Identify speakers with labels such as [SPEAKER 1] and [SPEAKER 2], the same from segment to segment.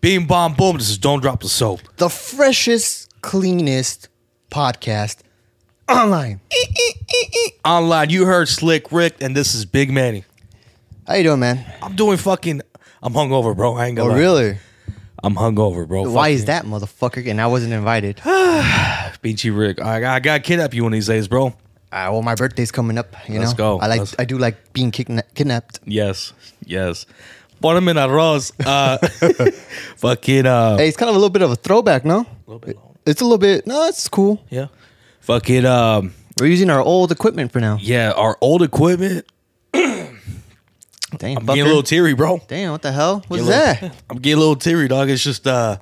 [SPEAKER 1] Beam bomb boom. This is don't drop the soap.
[SPEAKER 2] the freshest, cleanest podcast online.
[SPEAKER 1] Online, you heard Slick Rick, and this is Big Manny.
[SPEAKER 2] How you doing, man?
[SPEAKER 1] I'm doing fucking. I'm hungover, bro. I ain't
[SPEAKER 2] Oh,
[SPEAKER 1] gonna. lie.
[SPEAKER 2] really?
[SPEAKER 1] I'm hungover, bro.
[SPEAKER 2] Why is that, motherfucker? And I wasn't invited. All
[SPEAKER 1] that? Beachy Rick. I, I got kidnapped you one of these days, bro.
[SPEAKER 2] right, Ah, well, my birthday's coming up. You
[SPEAKER 1] Let's
[SPEAKER 2] know,
[SPEAKER 1] go.
[SPEAKER 2] I like,
[SPEAKER 1] Let's-
[SPEAKER 2] I do like being kidna- kidnapped.
[SPEAKER 1] Yes, yes. Put him in a rose. Uh, fucking. Uh,
[SPEAKER 2] Hey, it's kind of a little bit of a throwback, no?
[SPEAKER 1] little bit long.
[SPEAKER 2] It's a little bit. No, it's cool.
[SPEAKER 1] Yeah. Fucking. Um,
[SPEAKER 2] We're using our old equipment for now.
[SPEAKER 1] yeah, our old equipment.
[SPEAKER 2] Damn,
[SPEAKER 1] I'm getting a little teary, bro.
[SPEAKER 2] Damn, what the hell? What's
[SPEAKER 1] Get a
[SPEAKER 2] that?
[SPEAKER 1] little- I'm getting a little teary, dog. It's just uh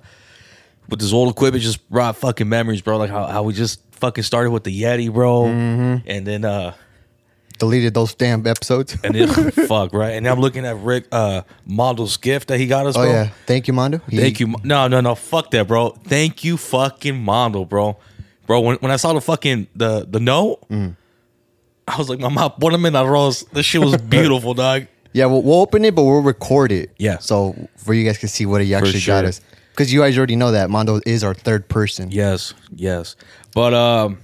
[SPEAKER 1] with this old equipment just brought fucking memories, bro. Like how, how we just fucking started with the Yeti, bro. And then uh
[SPEAKER 2] Deleted those damn episodes.
[SPEAKER 1] and then fuck, right? And I'm looking at Rick uh model's gift that he got us,
[SPEAKER 2] oh
[SPEAKER 1] bro.
[SPEAKER 2] yeah, thank you, Mondo. He-
[SPEAKER 1] Thank you. Mo- No, no, no. Fuck that, bro. Thank you, fucking Mondo, bro. Bro, when, when I saw the fucking the the note, I was like, "Mama, put him in arroz." This shit was beautiful, dog.
[SPEAKER 2] Yeah, we'll, we'll open it, but we'll record it.
[SPEAKER 1] Yeah.
[SPEAKER 2] So for you guys can see what he actually got
[SPEAKER 1] sure.
[SPEAKER 2] us. Because you guys already know that Mondo is our third person.
[SPEAKER 1] Yes, yes. But um,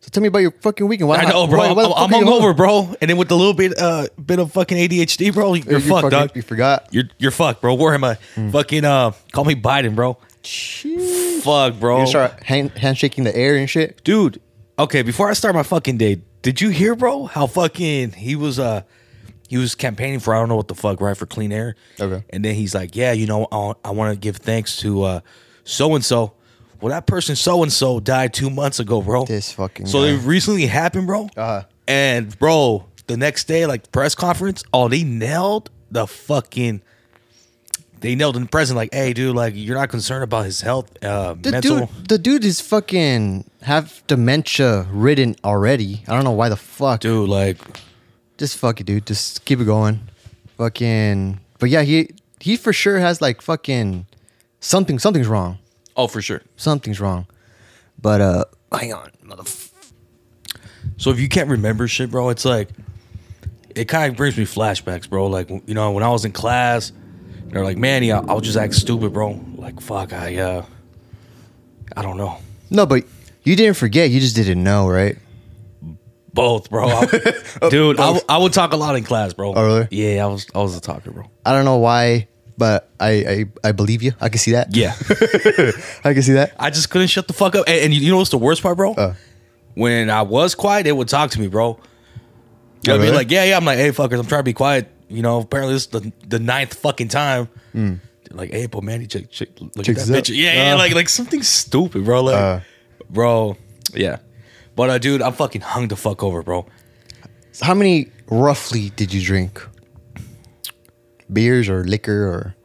[SPEAKER 2] So tell me about your fucking weekend. Why,
[SPEAKER 1] I know, bro.
[SPEAKER 2] why- why the
[SPEAKER 1] I'm,
[SPEAKER 2] fuck
[SPEAKER 1] I'm
[SPEAKER 2] are you
[SPEAKER 1] hungover, bro. And then with the little bit, uh, bit of fucking ADHD, bro, you're,
[SPEAKER 2] You
[SPEAKER 1] fucked,
[SPEAKER 2] fucking- Mm.
[SPEAKER 1] dog.
[SPEAKER 2] You forgot.
[SPEAKER 1] You're you're fucked, bro. Where am I? Fucking uh, call me Biden, bro. Fuck, bro.
[SPEAKER 2] You start hand, handshaking the air and shit.
[SPEAKER 1] Dude, okay. Before I start my fucking day, did you hear, bro? How fucking he was uh, he was campaigning for I don't know what the fuck, right? For clean air.
[SPEAKER 2] Okay.
[SPEAKER 1] And then he's like, yeah, you know, I, I want to give thanks to uh, so and so. Well, that person so and so died two months ago, bro.
[SPEAKER 2] This fucking
[SPEAKER 1] So
[SPEAKER 2] guy.
[SPEAKER 1] it recently happened, bro.
[SPEAKER 2] Uh-huh.
[SPEAKER 1] And bro, the next day, like press conference, oh, they nailed the fucking. They nailed in the present, like, hey, dude, like you're not concerned about his health, uh,
[SPEAKER 2] The
[SPEAKER 1] mental.
[SPEAKER 2] dude, the dude is fucking have dementia ridden already. I don't know why the fuck.
[SPEAKER 1] Dude, like,
[SPEAKER 2] Just fuck it, dude. Just keep it going. Fucking. But yeah, he he for sure has like fucking something. Something's wrong.
[SPEAKER 1] oh, for sure.
[SPEAKER 2] Something's wrong. But uh, hang on, motherfucker.
[SPEAKER 1] So if you can't remember shit, bro, it's like it kind of brings me flashbacks, bro. Like you know, when I was in class, they're like, "Manny, I, I was just acting stupid, bro." Like, fuck, I uh, I don't know.
[SPEAKER 2] No, but you didn't forget. You just didn't know, right?
[SPEAKER 1] Both, bro. I- dude, I, w- I would talk a lot in class, bro.
[SPEAKER 2] Oh, really?
[SPEAKER 1] Yeah, I was I was a talker, bro.
[SPEAKER 2] I don't know why, but I I, I believe you. I can see that.
[SPEAKER 1] Yeah,
[SPEAKER 2] I can see that.
[SPEAKER 1] I just couldn't shut the fuck up. And, and you know what's the worst part, bro?
[SPEAKER 2] Uh.
[SPEAKER 1] when I was quiet, they would talk to me, bro.
[SPEAKER 2] Oh,
[SPEAKER 1] I'd be
[SPEAKER 2] really?
[SPEAKER 1] like, yeah, yeah. I'm like, hey, fuckers, I'm trying to be quiet. You know, apparently this is the, the ninth fucking time. They're Like, hey, but man, check, check, look
[SPEAKER 2] Hmm. Check
[SPEAKER 1] at
[SPEAKER 2] this
[SPEAKER 1] that
[SPEAKER 2] out.
[SPEAKER 1] picture. Yeah, yeah,
[SPEAKER 2] Uh.
[SPEAKER 1] like, like something stupid, bro. Like,
[SPEAKER 2] Uh.
[SPEAKER 1] bro, yeah. But uh, dude, I'm fucking hung the fuck over, bro.
[SPEAKER 2] So how many roughly did you drink? Beers or liquor or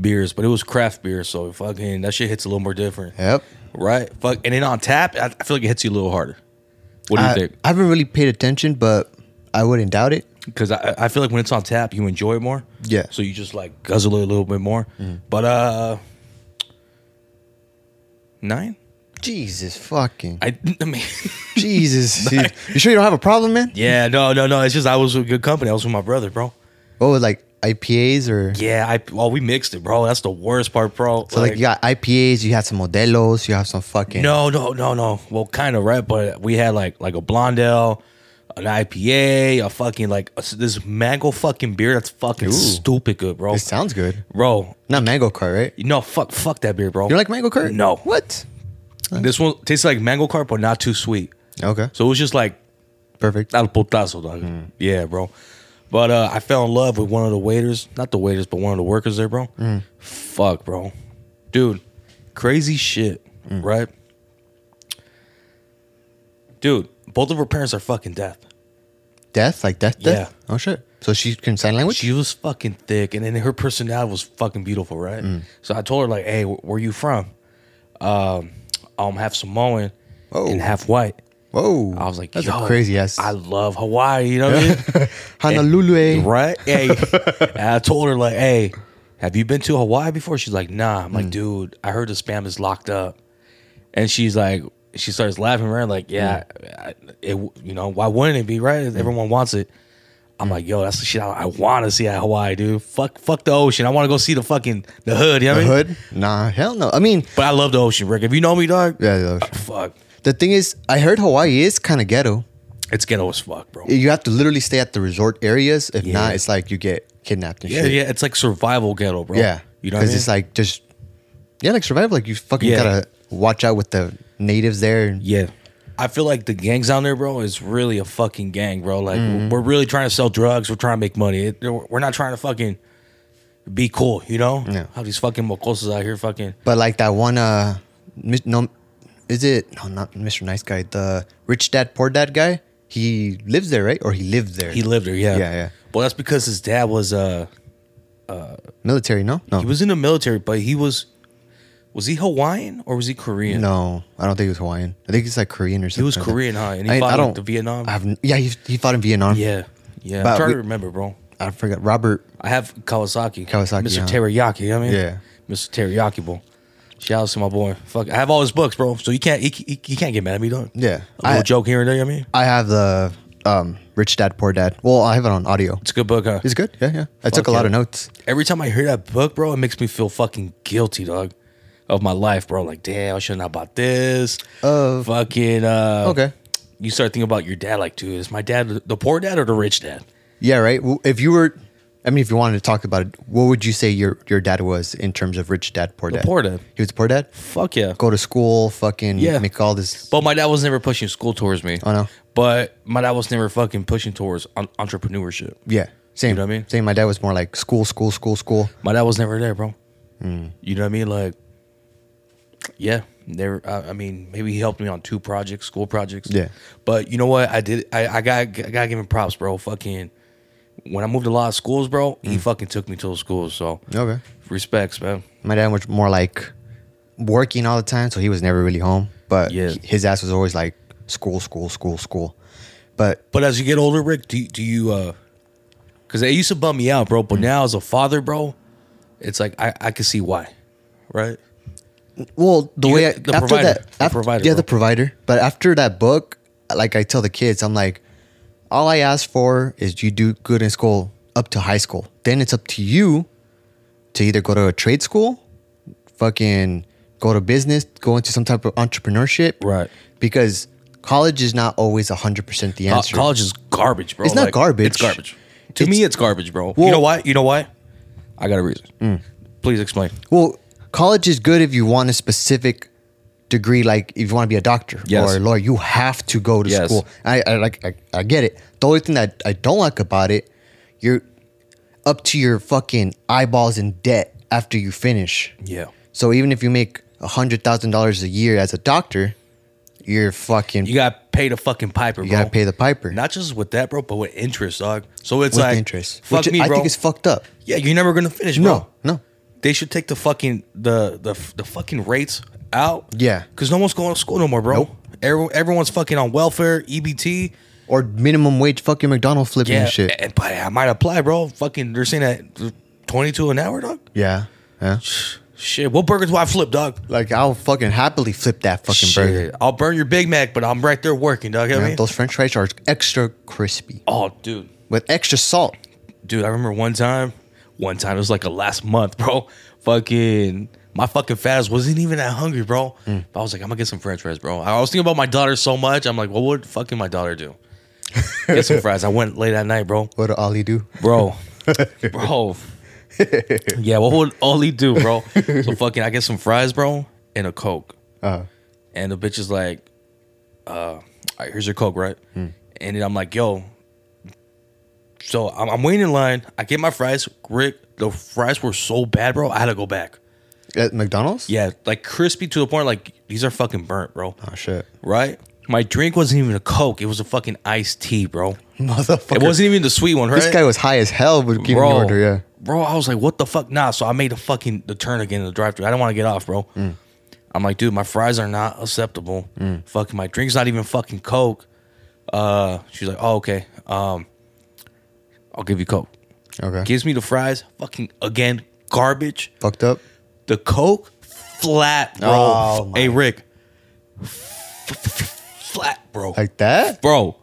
[SPEAKER 1] Beers, but it was craft beer, so fucking that shit hits a little more different,
[SPEAKER 2] yep.
[SPEAKER 1] right? Fuck, and then on tap, I, I feel like it hits you a little harder. What do you
[SPEAKER 2] I,
[SPEAKER 1] think?
[SPEAKER 2] I haven't really paid attention, but I wouldn't doubt it.
[SPEAKER 1] because I, I feel like when it's on tap, you enjoy it more.
[SPEAKER 2] Yeah.
[SPEAKER 1] So you just like guzzle it a little bit more. But uh, nine.
[SPEAKER 2] Jesus fucking
[SPEAKER 1] I, I mean,
[SPEAKER 2] Jesus! you, you sure you don't have a problem, man?
[SPEAKER 1] yeah, no, no, no. It's just I was with good company. I was with my brother, bro.
[SPEAKER 2] What was like IPAs or
[SPEAKER 1] Yeah, I well we mixed it, bro. That's the worst part, bro.
[SPEAKER 2] so? Like, you got IPAs, you had some Modelo's, you have some fucking
[SPEAKER 1] no, no, no, no. Well, kind of right, but we had like like a blondel, an IPA, a fucking like this mango fucking beer that's fucking stupid good, bro.
[SPEAKER 2] It sounds good.
[SPEAKER 1] bro,
[SPEAKER 2] Not mango cart, right? You
[SPEAKER 1] no, fuck, fuck that beer, bro.
[SPEAKER 2] don't like mango cart?
[SPEAKER 1] No.
[SPEAKER 2] What?
[SPEAKER 1] This one tastes like mango cart, but not too sweet.
[SPEAKER 2] Okay.
[SPEAKER 1] So it was just like
[SPEAKER 2] Perfect.
[SPEAKER 1] al potazo, dog. Yeah, bro. But uh, I fell in love with one of the waiters, not the waiters, but one of the workers there, bro. Fuck, bro, dude, crazy shit, right? Dude, both of her parents are fucking deaf.
[SPEAKER 2] Death, like death, death.
[SPEAKER 1] Yeah.
[SPEAKER 2] Oh shit. So she can sign language.
[SPEAKER 1] She was fucking thick, and then her personality was fucking beautiful, right?
[SPEAKER 2] Mm.
[SPEAKER 1] So I told her like, "Hey, wh- where you from? Um, I'm half Samoan
[SPEAKER 2] Oh.
[SPEAKER 1] and half white."
[SPEAKER 2] Whoa.
[SPEAKER 1] I was like,
[SPEAKER 2] that's
[SPEAKER 1] "Yo,
[SPEAKER 2] a crazy ass.
[SPEAKER 1] I love Hawaii. You know what I mean?
[SPEAKER 2] Honolulu. eh?
[SPEAKER 1] right? Hey, and I told her like, hey, have you been to Hawaii before? She's like, nah.
[SPEAKER 2] Mm.
[SPEAKER 1] I'm like, dude, I heard the spam is locked up, and she's like, she
[SPEAKER 2] Mm.
[SPEAKER 1] starts laughing. Right? Like, yeah, I- it, you know, why wouldn't it be? Right? Everyone wants it. I'm
[SPEAKER 2] Mm.
[SPEAKER 1] like, yo, that's the shit I, I want to see at Hawaii, dude. Fuck, fuck the ocean. I want to go see the fucking the hood. You know what I
[SPEAKER 2] The
[SPEAKER 1] mean?
[SPEAKER 2] hood? Nah, hell no. I mean,
[SPEAKER 1] But I love the ocean, Rick. If you know me, dog,
[SPEAKER 2] yeah, the, ocean.
[SPEAKER 1] fuck,
[SPEAKER 2] the thing is, I heard Hawaii is kind of ghetto.
[SPEAKER 1] it's ghetto as fuck, bro.
[SPEAKER 2] You have to literally stay at the resort areas. If not, it's like you get kidnapped and
[SPEAKER 1] yeah,
[SPEAKER 2] shit.
[SPEAKER 1] yeah, it's like survival ghetto, bro.
[SPEAKER 2] Yeah,
[SPEAKER 1] you know, what I mean?
[SPEAKER 2] it's like just yeah, like survival. Like you fucking
[SPEAKER 1] Yeah.
[SPEAKER 2] gotta watch out with the natives there. and-
[SPEAKER 1] Yeah. I feel like the gangs down there, bro, is really a fucking gang, bro. Like
[SPEAKER 2] Mm-hmm.
[SPEAKER 1] we're really trying to sell drugs. We're trying to make money. It, we're not trying to fucking be cool, you know?
[SPEAKER 2] Yeah.
[SPEAKER 1] How these fucking mocosas out here fucking
[SPEAKER 2] But like that one, uh, mis- no, is it no, not Mr. Nice Guy, the rich dad, poor dad guy. He lives there, right? Or he lived there.
[SPEAKER 1] he lived there, yeah.
[SPEAKER 2] Yeah, yeah.
[SPEAKER 1] Well, that's because his dad was uh
[SPEAKER 2] military. No, no,
[SPEAKER 1] he was in the military, but he was was he Hawaiian or was he Korean?
[SPEAKER 2] no. I don't think he was Hawaiian. I think he's like Korean or something.
[SPEAKER 1] He was
[SPEAKER 2] like that.
[SPEAKER 1] Korean, huh? And he
[SPEAKER 2] I- I
[SPEAKER 1] fought
[SPEAKER 2] don't-
[SPEAKER 1] like, the Vietnam.
[SPEAKER 2] I have, yeah, he, he fought in Vietnam.
[SPEAKER 1] yeah. Yeah.
[SPEAKER 2] But
[SPEAKER 1] I'm trying
[SPEAKER 2] we-
[SPEAKER 1] to remember, bro.
[SPEAKER 2] I forgot Robert.
[SPEAKER 1] I have Kawasaki.
[SPEAKER 2] Kawasaki,
[SPEAKER 1] Mr.
[SPEAKER 2] huh?
[SPEAKER 1] Teriyaki, you know what I mean?
[SPEAKER 2] Yeah.
[SPEAKER 1] Mr. Teriyaki, bro. Shout out to my boy. Fuck, I have all his books, bro. So you can't, he, he, he can't get mad at me, dog.
[SPEAKER 2] Yeah.
[SPEAKER 1] A little
[SPEAKER 2] I-
[SPEAKER 1] joke here and there, you know what I mean?
[SPEAKER 2] I have the um, rich dad, poor dad. Well, I have it on audio.
[SPEAKER 1] It's a good book, huh?
[SPEAKER 2] It's good. Yeah, yeah. I took
[SPEAKER 1] Fuck
[SPEAKER 2] a lot
[SPEAKER 1] yeah.
[SPEAKER 2] of notes.
[SPEAKER 1] Every time I hear that book, bro, it makes me feel fucking guilty, dog, of my life, bro. Like, damn, I shouldn't have bought this.
[SPEAKER 2] Uh,
[SPEAKER 1] fucking, uh.
[SPEAKER 2] okay.
[SPEAKER 1] You start thinking about your dad, like, dude, is my dad the poor dad or the rich dad?
[SPEAKER 2] Yeah, right. W- If you were, I mean, if you wanted to talk about it, what would you say your your dad was in terms of rich dad, poor dad?
[SPEAKER 1] poor dad.
[SPEAKER 2] He was a poor dad.
[SPEAKER 1] Fuck yeah.
[SPEAKER 2] Go to school, fucking
[SPEAKER 1] Yeah.
[SPEAKER 2] make all this.
[SPEAKER 1] But my dad was never pushing school towards me.
[SPEAKER 2] Oh, no.
[SPEAKER 1] But my dad was never fucking pushing towards en- entrepreneurship.
[SPEAKER 2] Yeah, same.
[SPEAKER 1] You know what I mean?
[SPEAKER 2] Same. My dad was more like school, school, school, school.
[SPEAKER 1] My dad was never there, bro.
[SPEAKER 2] Mm.
[SPEAKER 1] You know what I mean? Like, yeah, there. I, I mean, maybe he helped me on two projects, school projects.
[SPEAKER 2] Yeah.
[SPEAKER 1] but you know what? I did. I, I got. I got to give him props, bro. Fucking, when I moved to a lot of schools, bro, he fucking took me to the schools. So
[SPEAKER 2] Mm. Okay.
[SPEAKER 1] respects, man.
[SPEAKER 2] My dad was more like working all the time, so he was never really home. But
[SPEAKER 1] Yeah.
[SPEAKER 2] he- his ass was always like school, school, school, school. But
[SPEAKER 1] But as you get older, Rick, do you- do you? uh Because they used to bum me out, bro. But
[SPEAKER 2] Mm.
[SPEAKER 1] now as a father, bro, it's like I I can see why, right?
[SPEAKER 2] Well, the
[SPEAKER 1] You
[SPEAKER 2] way
[SPEAKER 1] get
[SPEAKER 2] I,
[SPEAKER 1] the
[SPEAKER 2] after
[SPEAKER 1] provider.
[SPEAKER 2] that,
[SPEAKER 1] The
[SPEAKER 2] after-
[SPEAKER 1] provider,
[SPEAKER 2] yeah,
[SPEAKER 1] bro.
[SPEAKER 2] the provider. But after that book, like I tell the kids, I'm like, all I ask for is you do good in school up to high school. Then it's up to you to either go to a trade school, fucking go to business, go into some type of entrepreneurship,
[SPEAKER 1] Right.
[SPEAKER 2] Because college is not always hundred percent the
[SPEAKER 1] Co-
[SPEAKER 2] answer.
[SPEAKER 1] college is garbage, bro.
[SPEAKER 2] It's not garbage.
[SPEAKER 1] It's garbage. To me, it's garbage, bro. you
[SPEAKER 2] Well- Mm.
[SPEAKER 1] know why? You know why? I got a reason. Please explain.
[SPEAKER 2] Well, college is good if you want a specific degree, like if you want to be a doctor
[SPEAKER 1] Yes.
[SPEAKER 2] or a lawyer, you have to go to
[SPEAKER 1] Yes.
[SPEAKER 2] school. I, I like I, I get it. The only thing that I don't like about it, you're up to your fucking eyeballs in debt after you finish.
[SPEAKER 1] Yeah.
[SPEAKER 2] So even if you make a hundred thousand dollars a year as a doctor, you're fucking
[SPEAKER 1] You
[SPEAKER 2] you,
[SPEAKER 1] got to pay the fucking piper, bro.
[SPEAKER 2] gotta pay the piper.
[SPEAKER 1] Not just with that, bro, but with interest, dog. So it's
[SPEAKER 2] with
[SPEAKER 1] like
[SPEAKER 2] interest.
[SPEAKER 1] Fuck
[SPEAKER 2] which
[SPEAKER 1] me,
[SPEAKER 2] I
[SPEAKER 1] bro.
[SPEAKER 2] think is fucked up.
[SPEAKER 1] yeah, you're never gonna finish, bro.
[SPEAKER 2] No, no.
[SPEAKER 1] They should take the fucking the the the fucking rates out.
[SPEAKER 2] Yeah.
[SPEAKER 1] Because no one's going to school no more, bro. Everyone, everyone's fucking on welfare, EBT.
[SPEAKER 2] Or minimum wage fucking McDonald flipping
[SPEAKER 1] Yeah.
[SPEAKER 2] and shit.
[SPEAKER 1] And, but I might apply, bro. Fucking, they're saying that twenty two an hour, dog.
[SPEAKER 2] yeah. Yeah.
[SPEAKER 1] Shit, what burgers do I flip, dog?
[SPEAKER 2] Like I'll fucking happily flip that fucking
[SPEAKER 1] Shit.
[SPEAKER 2] burger.
[SPEAKER 1] I'll burn your Big Mac, but I'm right there working, dog. You know what I
[SPEAKER 2] Yeah,
[SPEAKER 1] mean?
[SPEAKER 2] those French fries are extra crispy
[SPEAKER 1] oh, dude.
[SPEAKER 2] with extra salt.
[SPEAKER 1] Dude, I remember one time, one time, it was like a last month, bro. Fucking, my fucking fast wasn't even that hungry, bro. But I was like, I'm gonna get some french fries, bro. I was thinking about my daughter so much. I'm like, what would fucking my daughter do? Get some fries. I went late at night, bro.
[SPEAKER 2] What did Ollie do?
[SPEAKER 1] Bro. bro. Yeah, what would Ollie do, bro? So fucking, I get some fries, bro, and a Coke.
[SPEAKER 2] Uh,
[SPEAKER 1] And the bitch is like, uh, all right, here's your Coke, right? And then I'm like, yo. So I'm, I'm waiting in line. I get my fries. Rick, the fries were so bad, bro. I had to go back.
[SPEAKER 2] at McDonald's?
[SPEAKER 1] Yeah, like crispy to the point, like these are fucking burnt, bro.
[SPEAKER 2] Oh shit,
[SPEAKER 1] Right? My drink wasn't even a Coke. It was a fucking iced tea, bro.
[SPEAKER 2] motherfucker!
[SPEAKER 1] It wasn't even the sweet one, right?
[SPEAKER 2] This guy was high as hell with giving the
[SPEAKER 1] bro,
[SPEAKER 2] order. Yeah.
[SPEAKER 1] Bro, I was like, what the fuck? Nah, so I made a fucking the turn again in the drive thru. I didn't want to get off, bro.
[SPEAKER 2] Mm.
[SPEAKER 1] I'm like, dude, my fries are not acceptable. Fucking my drink's not even fucking Coke. Uh she's like, Oh, okay. Um I'll give you Coke.
[SPEAKER 2] Okay.
[SPEAKER 1] Gives me the fries, fucking again, garbage.
[SPEAKER 2] Fucked up.
[SPEAKER 1] The Coke flat, bro.
[SPEAKER 2] Oh, my-
[SPEAKER 1] hey Rick. F- f- f- flat, bro.
[SPEAKER 2] Like that?
[SPEAKER 1] bro.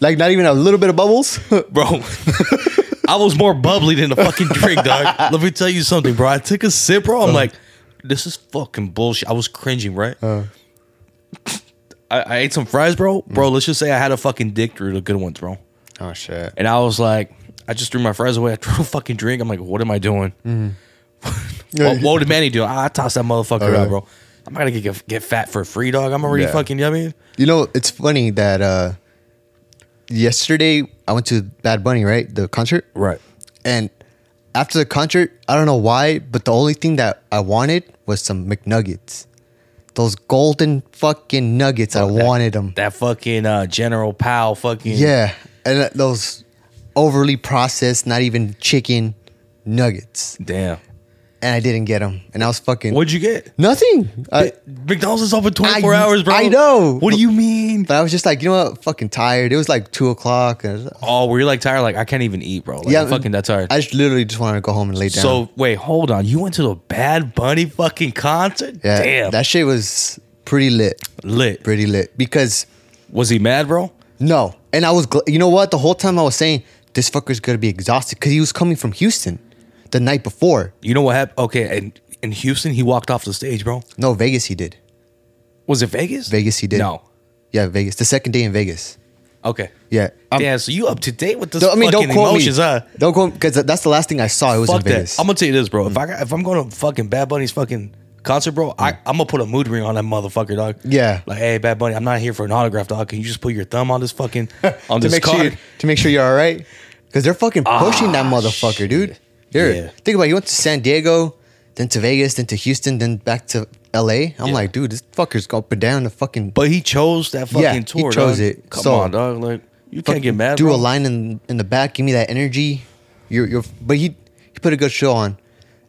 [SPEAKER 2] Like not even a little bit of bubbles.
[SPEAKER 1] bro. I was more bubbly than a fucking drink, dog. Let me tell you something, bro. I took a sip, bro. I'm
[SPEAKER 2] Uh-huh.
[SPEAKER 1] like, this is fucking bullshit. I was cringing, right?
[SPEAKER 2] Uh-huh.
[SPEAKER 1] I, I ate some fries,
[SPEAKER 2] Mm.
[SPEAKER 1] bro. Bro, let's just say I had a fucking dick through the good ones, bro.
[SPEAKER 2] oh shit.
[SPEAKER 1] And I was like, I just threw my fries away. I threw a fucking drink. I'm like, what am I doing?
[SPEAKER 2] Mm-hmm.
[SPEAKER 1] what, what did Manny do? I, I tossed that motherfucker
[SPEAKER 2] Okay.
[SPEAKER 1] out, bro. I'm not gonna get get fat for free, dog. I'm already
[SPEAKER 2] Yeah.
[SPEAKER 1] fucking yummy.
[SPEAKER 2] You know, it's funny that uh yesterday I went to Bad Bunny, right? The concert.
[SPEAKER 1] Right.
[SPEAKER 2] And after the concert, I don't know why, but the only thing that I wanted was some McNuggets. Those golden fucking nuggets. I wanted them.
[SPEAKER 1] Oh, That fucking uh, General Powell fucking
[SPEAKER 2] Yeah. And that- those overly processed, not even chicken nuggets.
[SPEAKER 1] Damn.
[SPEAKER 2] And I didn't get them. And I was fucking
[SPEAKER 1] What'd you get?
[SPEAKER 2] nothing. I,
[SPEAKER 1] McDonald's is open 24
[SPEAKER 2] I-
[SPEAKER 1] hours, bro.
[SPEAKER 2] I know.
[SPEAKER 1] What do you mean?
[SPEAKER 2] but I was just like, you know what? Fucking tired. It was like two o'clock. And I was-
[SPEAKER 1] Oh, were you like tired? Like I can't even eat, bro. Like, yeah, fucking that's hard.
[SPEAKER 2] I just literally just wanted to go home and lay down.
[SPEAKER 1] so wait, hold on. You went to the Bad Bunny fucking concert?
[SPEAKER 2] yeah,
[SPEAKER 1] Damn,
[SPEAKER 2] that shit was pretty lit,
[SPEAKER 1] lit.
[SPEAKER 2] pretty lit. Because
[SPEAKER 1] Was he mad, bro?
[SPEAKER 2] no, and I was, gl- you know what? The whole time I was saying this fucker's gonna be exhausted because he was coming from Houston the night before.
[SPEAKER 1] You know what happened? Okay, and in Houston, he walked off the stage, bro.
[SPEAKER 2] No, Vegas he did.
[SPEAKER 1] Was it Vegas?
[SPEAKER 2] Vegas he did.
[SPEAKER 1] No.
[SPEAKER 2] Yeah, Vegas. The second day in Vegas.
[SPEAKER 1] Okay.
[SPEAKER 2] Yeah. I'm-
[SPEAKER 1] Damn. So you up to date with this?
[SPEAKER 2] Don't- I mean, don't
[SPEAKER 1] fucking
[SPEAKER 2] quote
[SPEAKER 1] emotions,
[SPEAKER 2] me.
[SPEAKER 1] huh?
[SPEAKER 2] Don't quote because that's the last thing I saw. It was
[SPEAKER 1] Fuck
[SPEAKER 2] in Vegas. Mm.
[SPEAKER 1] that. I'm gonna tell you this, bro. If I got, if I'm going to fucking Bad Bunny's fucking concert, bro, I, I'm gonna put a mood ring on that motherfucker, dog.
[SPEAKER 2] Yeah.
[SPEAKER 1] Like, hey, Bad Bunny, I'm not here for an autograph, dog. Can you just put your thumb on this fucking on
[SPEAKER 2] to
[SPEAKER 1] this
[SPEAKER 2] make sure
[SPEAKER 1] card?
[SPEAKER 2] you, to make sure you're all right because they're fucking pushing that motherfucker, dude. You're,
[SPEAKER 1] Yeah.
[SPEAKER 2] Think about it. You went to San Diego, then to Vegas, then to Houston, then back to L.A. I'm
[SPEAKER 1] Yeah.
[SPEAKER 2] like, dude, this fucker's going up and down the fucking.
[SPEAKER 1] But he chose that fucking
[SPEAKER 2] Yeah, he
[SPEAKER 1] tour.
[SPEAKER 2] chose
[SPEAKER 1] dog.
[SPEAKER 2] it.
[SPEAKER 1] Come
[SPEAKER 2] So-
[SPEAKER 1] on, dog. Like you can't get mad.
[SPEAKER 2] Do
[SPEAKER 1] bro.
[SPEAKER 2] a line in in the back. Give me that energy. You're you're. But he he put a good show on.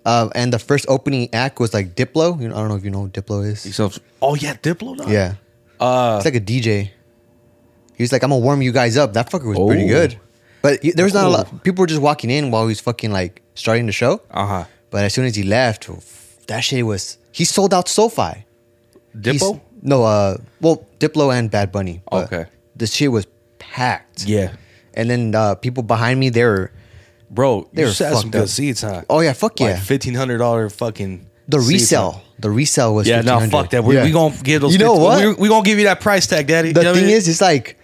[SPEAKER 2] Uh, and the first opening act was like Diplo. You know, I don't know if you know who Diplo
[SPEAKER 1] He
[SPEAKER 2] is.
[SPEAKER 1] sounds- oh yeah, Diplo. Dog.
[SPEAKER 2] Yeah,
[SPEAKER 1] Uh,
[SPEAKER 2] it's like a DJ. He was like, "I'm gonna warm you guys up." That fucker was pretty
[SPEAKER 1] Oh.
[SPEAKER 2] good, but he- there was not a
[SPEAKER 1] Oh.
[SPEAKER 2] lot. People were just walking in while he was fucking like starting the show.
[SPEAKER 1] uh huh.
[SPEAKER 2] But as soon as he left, oof, that shit was he sold out SoFi. He's-
[SPEAKER 1] Diplo.
[SPEAKER 2] No, uh, well, Diplo and Bad Bunny. but
[SPEAKER 1] Okay.
[SPEAKER 2] the shit was packed.
[SPEAKER 1] Yeah.
[SPEAKER 2] and then uh, people behind me, they were,
[SPEAKER 1] Bro,
[SPEAKER 2] They
[SPEAKER 1] you
[SPEAKER 2] were
[SPEAKER 1] just had some
[SPEAKER 2] fucked
[SPEAKER 1] good
[SPEAKER 2] up.
[SPEAKER 1] seats, huh?
[SPEAKER 2] oh yeah, fuck yeah,
[SPEAKER 1] Like fifteen hundred dollar fucking
[SPEAKER 2] the
[SPEAKER 1] seats,
[SPEAKER 2] resale,
[SPEAKER 1] huh?
[SPEAKER 2] the resale was
[SPEAKER 1] Yeah, no,
[SPEAKER 2] 1500.
[SPEAKER 1] fuck that. We're,
[SPEAKER 2] Yeah.
[SPEAKER 1] We gonna give those.
[SPEAKER 2] You know
[SPEAKER 1] 15
[SPEAKER 2] what?
[SPEAKER 1] We, we gonna give you that price tag, daddy.
[SPEAKER 2] the
[SPEAKER 1] You know what I
[SPEAKER 2] thing
[SPEAKER 1] mean?
[SPEAKER 2] is, it's like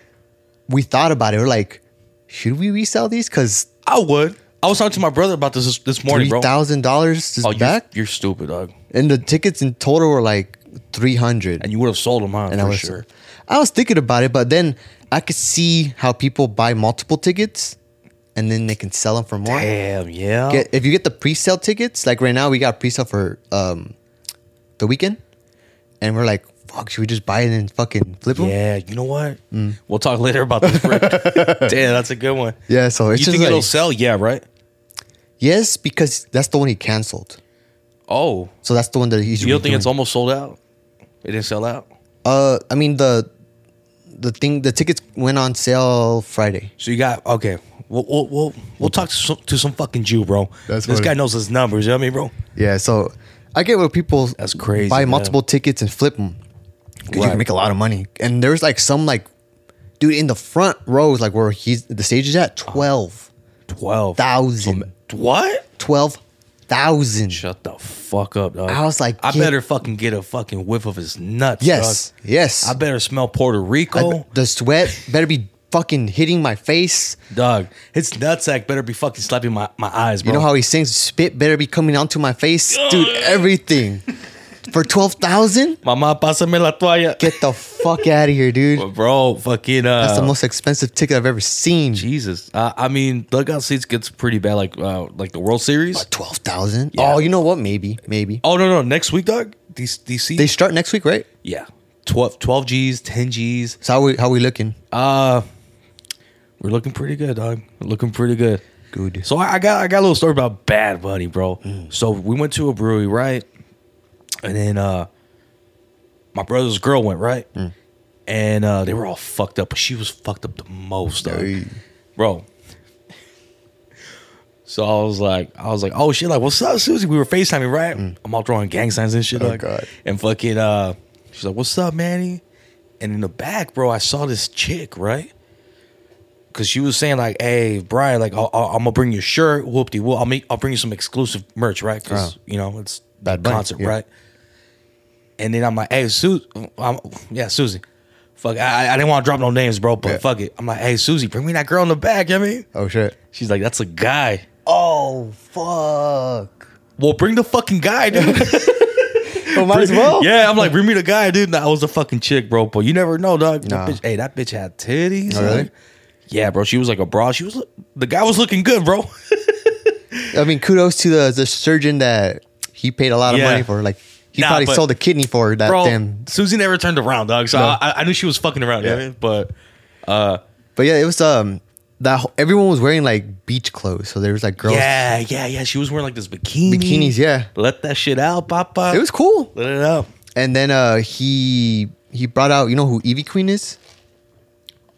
[SPEAKER 2] we thought about it. We're like, should we resell these? Because
[SPEAKER 1] I would. I was talking to my brother about this this, this morning,
[SPEAKER 2] three
[SPEAKER 1] bro.
[SPEAKER 2] thousand dollars is
[SPEAKER 1] Oh, you're,
[SPEAKER 2] back,
[SPEAKER 1] you're stupid, dog.
[SPEAKER 2] and the tickets in total were like three hundred.
[SPEAKER 1] And you would have sold them, huh?
[SPEAKER 2] And
[SPEAKER 1] for
[SPEAKER 2] I was,
[SPEAKER 1] sure.
[SPEAKER 2] I was thinking about it, but then I could see how people buy multiple tickets, and then they can sell them for more.
[SPEAKER 1] Damn, yeah.
[SPEAKER 2] Get- if you get the pre-sale tickets, like right now we got pre-sale for um, the weekend, and we're like, fuck, should we just buy it and fucking flip them?
[SPEAKER 1] yeah, you know what? We'll talk later about this. Rick. Damn, that's a good one.
[SPEAKER 2] Mm. Yeah, so it's
[SPEAKER 1] you
[SPEAKER 2] just
[SPEAKER 1] think it'll
[SPEAKER 2] like-
[SPEAKER 1] sell? Yeah, right.
[SPEAKER 2] Yes, because that's the one he canceled.
[SPEAKER 1] Oh,
[SPEAKER 2] So that's the one that he's.
[SPEAKER 1] you don't think it's
[SPEAKER 2] redoing.
[SPEAKER 1] almost sold out? It didn't sell out,
[SPEAKER 2] Uh, I mean the, the thing the tickets went on sale Friday.
[SPEAKER 1] so you got okay. We'll we'll we'll, we'll talk to some, to some fucking Jew, bro.
[SPEAKER 2] That's
[SPEAKER 1] this
[SPEAKER 2] funny.
[SPEAKER 1] guy knows his numbers. You know what I mean, bro?
[SPEAKER 2] Yeah, so I get where people
[SPEAKER 1] That's crazy,
[SPEAKER 2] buy
[SPEAKER 1] man.
[SPEAKER 2] multiple tickets and flip them. You
[SPEAKER 1] Right.
[SPEAKER 2] can make a lot of money. And there's like some like dude in the front rows, like where he's the stage is at,
[SPEAKER 1] Uh,
[SPEAKER 2] twelve
[SPEAKER 1] Twelve Um,
[SPEAKER 2] thousand.
[SPEAKER 1] What?
[SPEAKER 2] Twelve thousand.
[SPEAKER 1] Shut the fuck up, dog.
[SPEAKER 2] I was like,
[SPEAKER 1] I
[SPEAKER 2] kid-
[SPEAKER 1] better fucking get a fucking whiff of his nuts.
[SPEAKER 2] Yes.
[SPEAKER 1] dog.
[SPEAKER 2] Yes.
[SPEAKER 1] I better smell Puerto
[SPEAKER 2] I-
[SPEAKER 1] Rico,
[SPEAKER 2] the sweat better be fucking hitting my face.
[SPEAKER 1] dog. His nutsack better be fucking slapping my, my eyes, bro.
[SPEAKER 2] You know how he sings spit better be coming onto my face? Dude, everything. For twelve thousand?
[SPEAKER 1] Mama, pásame la toalla.
[SPEAKER 2] Get the fuck out of here, dude.
[SPEAKER 1] bro, fucking. Uh,
[SPEAKER 2] That's the most expensive ticket I've ever seen.
[SPEAKER 1] Jesus. Uh, I mean, dugout seats gets pretty bad, like uh, like the World Series.
[SPEAKER 2] Twelve thousand?
[SPEAKER 1] Yeah.
[SPEAKER 2] Oh, you know what? Maybe, maybe.
[SPEAKER 1] Oh no, no, next week, dog. These these seats.
[SPEAKER 2] They start next week, right?
[SPEAKER 1] yeah, 12, 12 G's, ten G's.
[SPEAKER 2] So how we how we looking?
[SPEAKER 1] Uh, we're looking pretty good, dog. We're looking pretty good.
[SPEAKER 2] Good.
[SPEAKER 1] So I, I got I got a little story about Bad Bunny, bro. So we went to a brewery, right? And then uh my brother's girl went, right? And uh they were all fucked up, but she was fucked up the most, dog.
[SPEAKER 2] Hey.
[SPEAKER 1] Bro. So I was like, I was like, oh shit, like, what's up, Susie? We were FaceTiming, right? I'm all throwing gang signs and shit.
[SPEAKER 2] Mm. Oh,
[SPEAKER 1] like,
[SPEAKER 2] God.
[SPEAKER 1] And fucking uh she's like, What's up, Manny? And in the back, bro, I saw this chick, right? because she was saying like, "Hey, Brian, like, I'll, i am gonna bring you a shirt, whoop de whoop. I'll make, I'll bring you some exclusive merch, right? Because
[SPEAKER 2] Oh.
[SPEAKER 1] you know it's
[SPEAKER 2] Bad
[SPEAKER 1] that
[SPEAKER 2] Bunny,
[SPEAKER 1] concert,
[SPEAKER 2] yeah.
[SPEAKER 1] right? And then I'm like, "Hey, Susie, I'm, yeah, Susie, fuck, I, I- I didn't want to drop no names, bro, but
[SPEAKER 2] Yeah.
[SPEAKER 1] fuck it. I'm like, hey, Susie, bring me that girl in the back. You know what I mean,
[SPEAKER 2] Oh shit.
[SPEAKER 1] she's like, that's a guy.
[SPEAKER 2] Oh fuck.
[SPEAKER 1] Well, bring the fucking guy, dude.
[SPEAKER 2] Well, Oh, might as well.
[SPEAKER 1] yeah, I'm like, bring me the guy, dude. Nah, I was a fucking chick, bro. But you never know, dog. That
[SPEAKER 2] Nah.
[SPEAKER 1] bitch- hey, that bitch had titties.
[SPEAKER 2] Oh, really?
[SPEAKER 1] like- yeah, bro. She was like a bra. She was look- the guy was looking good, bro.
[SPEAKER 2] I mean, kudos to the the surgeon that he paid a lot of
[SPEAKER 1] Yeah.
[SPEAKER 2] money for. Like he
[SPEAKER 1] Nah,
[SPEAKER 2] probably
[SPEAKER 1] but-
[SPEAKER 2] sold a kidney for that
[SPEAKER 1] bro.
[SPEAKER 2] damn.
[SPEAKER 1] Susie never turned around, dog. So
[SPEAKER 2] No.
[SPEAKER 1] I, I knew she was fucking around. you know
[SPEAKER 2] Yeah.
[SPEAKER 1] what I mean? But uh,
[SPEAKER 2] But yeah, it was um that wh- everyone was wearing like beach clothes, so there was like girls
[SPEAKER 1] yeah, yeah, yeah. She was wearing like this bikini.
[SPEAKER 2] bikinis. Yeah,
[SPEAKER 1] Let that shit out, Papa.
[SPEAKER 2] it was cool.
[SPEAKER 1] Let it out.
[SPEAKER 2] And then uh he he brought out you know who Evie Queen is,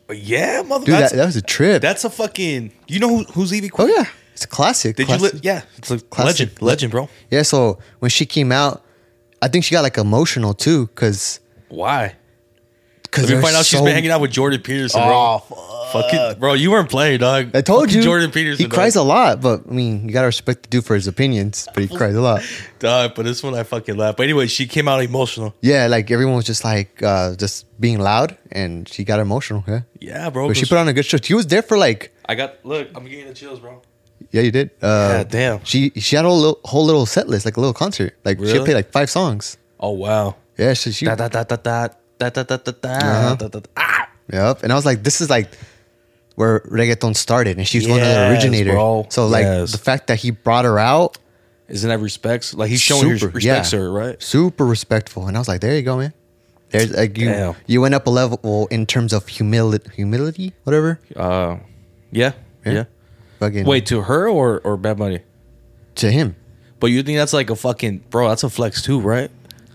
[SPEAKER 1] But yeah, mother.
[SPEAKER 2] dude.
[SPEAKER 1] that's,
[SPEAKER 2] That, that was a trip.
[SPEAKER 1] that's a fucking. You know who, who's Evie?
[SPEAKER 2] oh
[SPEAKER 1] Queen?
[SPEAKER 2] yeah, it's a classic.
[SPEAKER 1] Did
[SPEAKER 2] classic.
[SPEAKER 1] you? Li- yeah, it's a
[SPEAKER 2] Classic.
[SPEAKER 1] legend. Legend, bro.
[SPEAKER 2] Yeah, so when she came out, I think she got like emotional too, cause
[SPEAKER 1] Why?
[SPEAKER 2] cause
[SPEAKER 1] Let me
[SPEAKER 2] there's
[SPEAKER 1] find out she's
[SPEAKER 2] so-
[SPEAKER 1] been hanging out with Jordan Peterson,
[SPEAKER 2] Oh,
[SPEAKER 1] bro. Fucking, bro, you weren't playing, dog.
[SPEAKER 2] I told
[SPEAKER 1] Fucking
[SPEAKER 2] you,
[SPEAKER 1] Jordan Peterson.
[SPEAKER 2] He cries
[SPEAKER 1] dog.
[SPEAKER 2] a lot, but I mean, you gotta respect the dude for his opinions. But he cries a lot.
[SPEAKER 1] Dog, but this one I fucking laughed. But anyway, she came out emotional.
[SPEAKER 2] Yeah, like everyone was just like uh just being loud, and she got emotional. Yeah,
[SPEAKER 1] Yeah, bro.
[SPEAKER 2] but she
[SPEAKER 1] 'cause
[SPEAKER 2] put on a good show. She was there for like,
[SPEAKER 1] I got look. I'm getting the chills, bro.
[SPEAKER 2] yeah, you did. Uh,
[SPEAKER 1] Yeah, damn.
[SPEAKER 2] She she had a whole little, whole little set list, like a little concert. Like she
[SPEAKER 1] Really?
[SPEAKER 2] played like five songs.
[SPEAKER 1] Oh wow.
[SPEAKER 2] Yeah, she, she
[SPEAKER 1] Da da da da da da da da da da
[SPEAKER 2] Uh-huh.
[SPEAKER 1] da da. Ah.
[SPEAKER 2] Yep. And I was like, this is like where reggaeton started, and she was one of the
[SPEAKER 1] Yes,
[SPEAKER 2] originators.
[SPEAKER 1] bro.
[SPEAKER 2] So like
[SPEAKER 1] Yes.
[SPEAKER 2] the fact that he brought her out,
[SPEAKER 1] Isn't that respects? Like he's showing his respects
[SPEAKER 2] yeah.
[SPEAKER 1] to her, right?
[SPEAKER 2] Super respectful. And I was like, there you go, man. There's like you
[SPEAKER 1] Damn.
[SPEAKER 2] you went up a level in terms of humility, humility, whatever.
[SPEAKER 1] Uh, yeah, yeah.
[SPEAKER 2] Fucking
[SPEAKER 1] Wait, to her or or Bad Bunny?
[SPEAKER 2] to him.
[SPEAKER 1] But you think that's like a fucking bro? That's a flex too, right?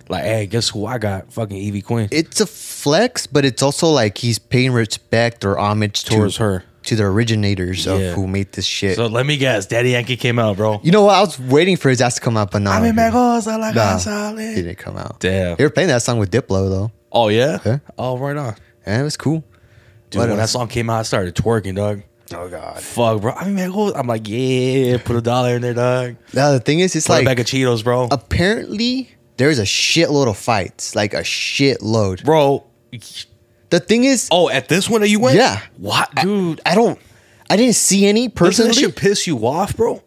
[SPEAKER 1] Like, hey, guess who I got? Fucking Evie Queen.
[SPEAKER 2] It's a flex, but it's also like he's paying respect or homage
[SPEAKER 1] Towards
[SPEAKER 2] to,
[SPEAKER 1] her.
[SPEAKER 2] to the originators
[SPEAKER 1] Yeah.
[SPEAKER 2] of who made this shit.
[SPEAKER 1] So let me guess, Daddy Yankee came out, bro.
[SPEAKER 2] you know what? I was waiting for his ass to come out, but no, he,
[SPEAKER 1] cosa la
[SPEAKER 2] no,
[SPEAKER 1] sale.
[SPEAKER 2] he didn't come out.
[SPEAKER 1] Damn.
[SPEAKER 2] They were playing that song with Diplo though.
[SPEAKER 1] Oh yeah?
[SPEAKER 2] Yeah.
[SPEAKER 1] Oh right on.
[SPEAKER 2] Yeah, it was cool.
[SPEAKER 1] Dude,
[SPEAKER 2] What
[SPEAKER 1] when that
[SPEAKER 2] else?
[SPEAKER 1] song came out, I started twerking, dog.
[SPEAKER 2] Oh god.
[SPEAKER 1] Fuck, bro. I mean, man, who- I'm like, yeah, put a dollar in there, dog.
[SPEAKER 2] Now the thing is, it's
[SPEAKER 1] Put a
[SPEAKER 2] like
[SPEAKER 1] bag of Cheetos, bro.
[SPEAKER 2] apparently there's a shitload of fights, like a shitload.
[SPEAKER 1] bro.
[SPEAKER 2] The thing is,
[SPEAKER 1] Oh, at this one that you went?
[SPEAKER 2] Yeah.
[SPEAKER 1] What, dude?
[SPEAKER 2] I don't, I didn't see any
[SPEAKER 1] Doesn't
[SPEAKER 2] personally.
[SPEAKER 1] that shit piss you off, bro?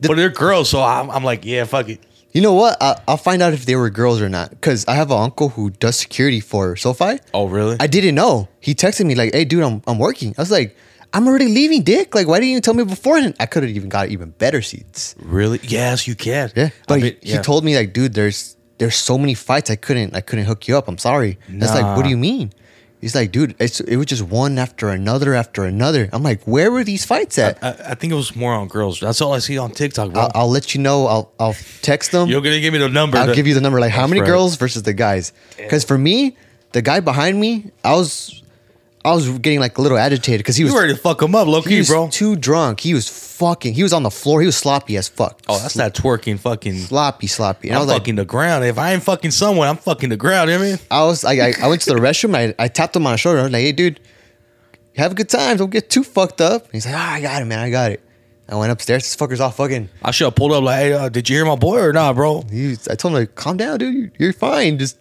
[SPEAKER 1] but they're girls, so I'm, I'm like, yeah, fuck it.
[SPEAKER 2] You know what? I, I'll find out if they were girls or not, because I have an uncle who does security for SoFi.
[SPEAKER 1] Oh, really?
[SPEAKER 2] I didn't know. He texted me like, "Hey, dude, I'm I'm working." I was like, "I'm already leaving, Dick. Like, why didn't you tell me beforehand?" I could have even got even better seats.
[SPEAKER 1] really? Yes, you can.
[SPEAKER 2] Yeah,
[SPEAKER 1] I
[SPEAKER 2] but
[SPEAKER 1] mean,
[SPEAKER 2] he,
[SPEAKER 1] yeah.
[SPEAKER 2] he told me like, dude, there's there's so many fights. I couldn't I couldn't hook you up. I'm sorry. That's like,
[SPEAKER 1] Nah.
[SPEAKER 2] what do you mean? He's like, dude, it's, it was just one after another after another. I'm like, where were these fights at?
[SPEAKER 1] I, I think it was more on girls. That's all I see on TikTok, bro.
[SPEAKER 2] I'll, I'll let you know. I'll I'll text them.
[SPEAKER 1] You're gonna give me the number.
[SPEAKER 2] I'll give you the number. Like how many
[SPEAKER 1] Right.
[SPEAKER 2] girls versus the guys? Because for me, the guy behind me, I was I was getting like a little agitated because he was
[SPEAKER 1] You ready to fuck him up, low
[SPEAKER 2] he
[SPEAKER 1] key,
[SPEAKER 2] was
[SPEAKER 1] bro?
[SPEAKER 2] too drunk. He was fucking. He was on the floor. He was sloppy as fuck.
[SPEAKER 1] Oh, that's that twerking fucking.
[SPEAKER 2] sloppy, sloppy. And I
[SPEAKER 1] I'm
[SPEAKER 2] was like,
[SPEAKER 1] fucking the ground. If I ain't fucking someone, I'm fucking the ground. You know what I mean?
[SPEAKER 2] I was like, I, I went to the restroom. I, I tapped him on the shoulder. I was like, hey, dude, have a good time. Don't get too fucked up. And he's like, ah, I got it, man. I got it. I went upstairs. This fucker's all fucking.
[SPEAKER 1] I should have pulled up like, hey, uh, did you hear my boy or nah, bro?
[SPEAKER 2] He was- I told him, like, calm down, dude. You- You're fine. Just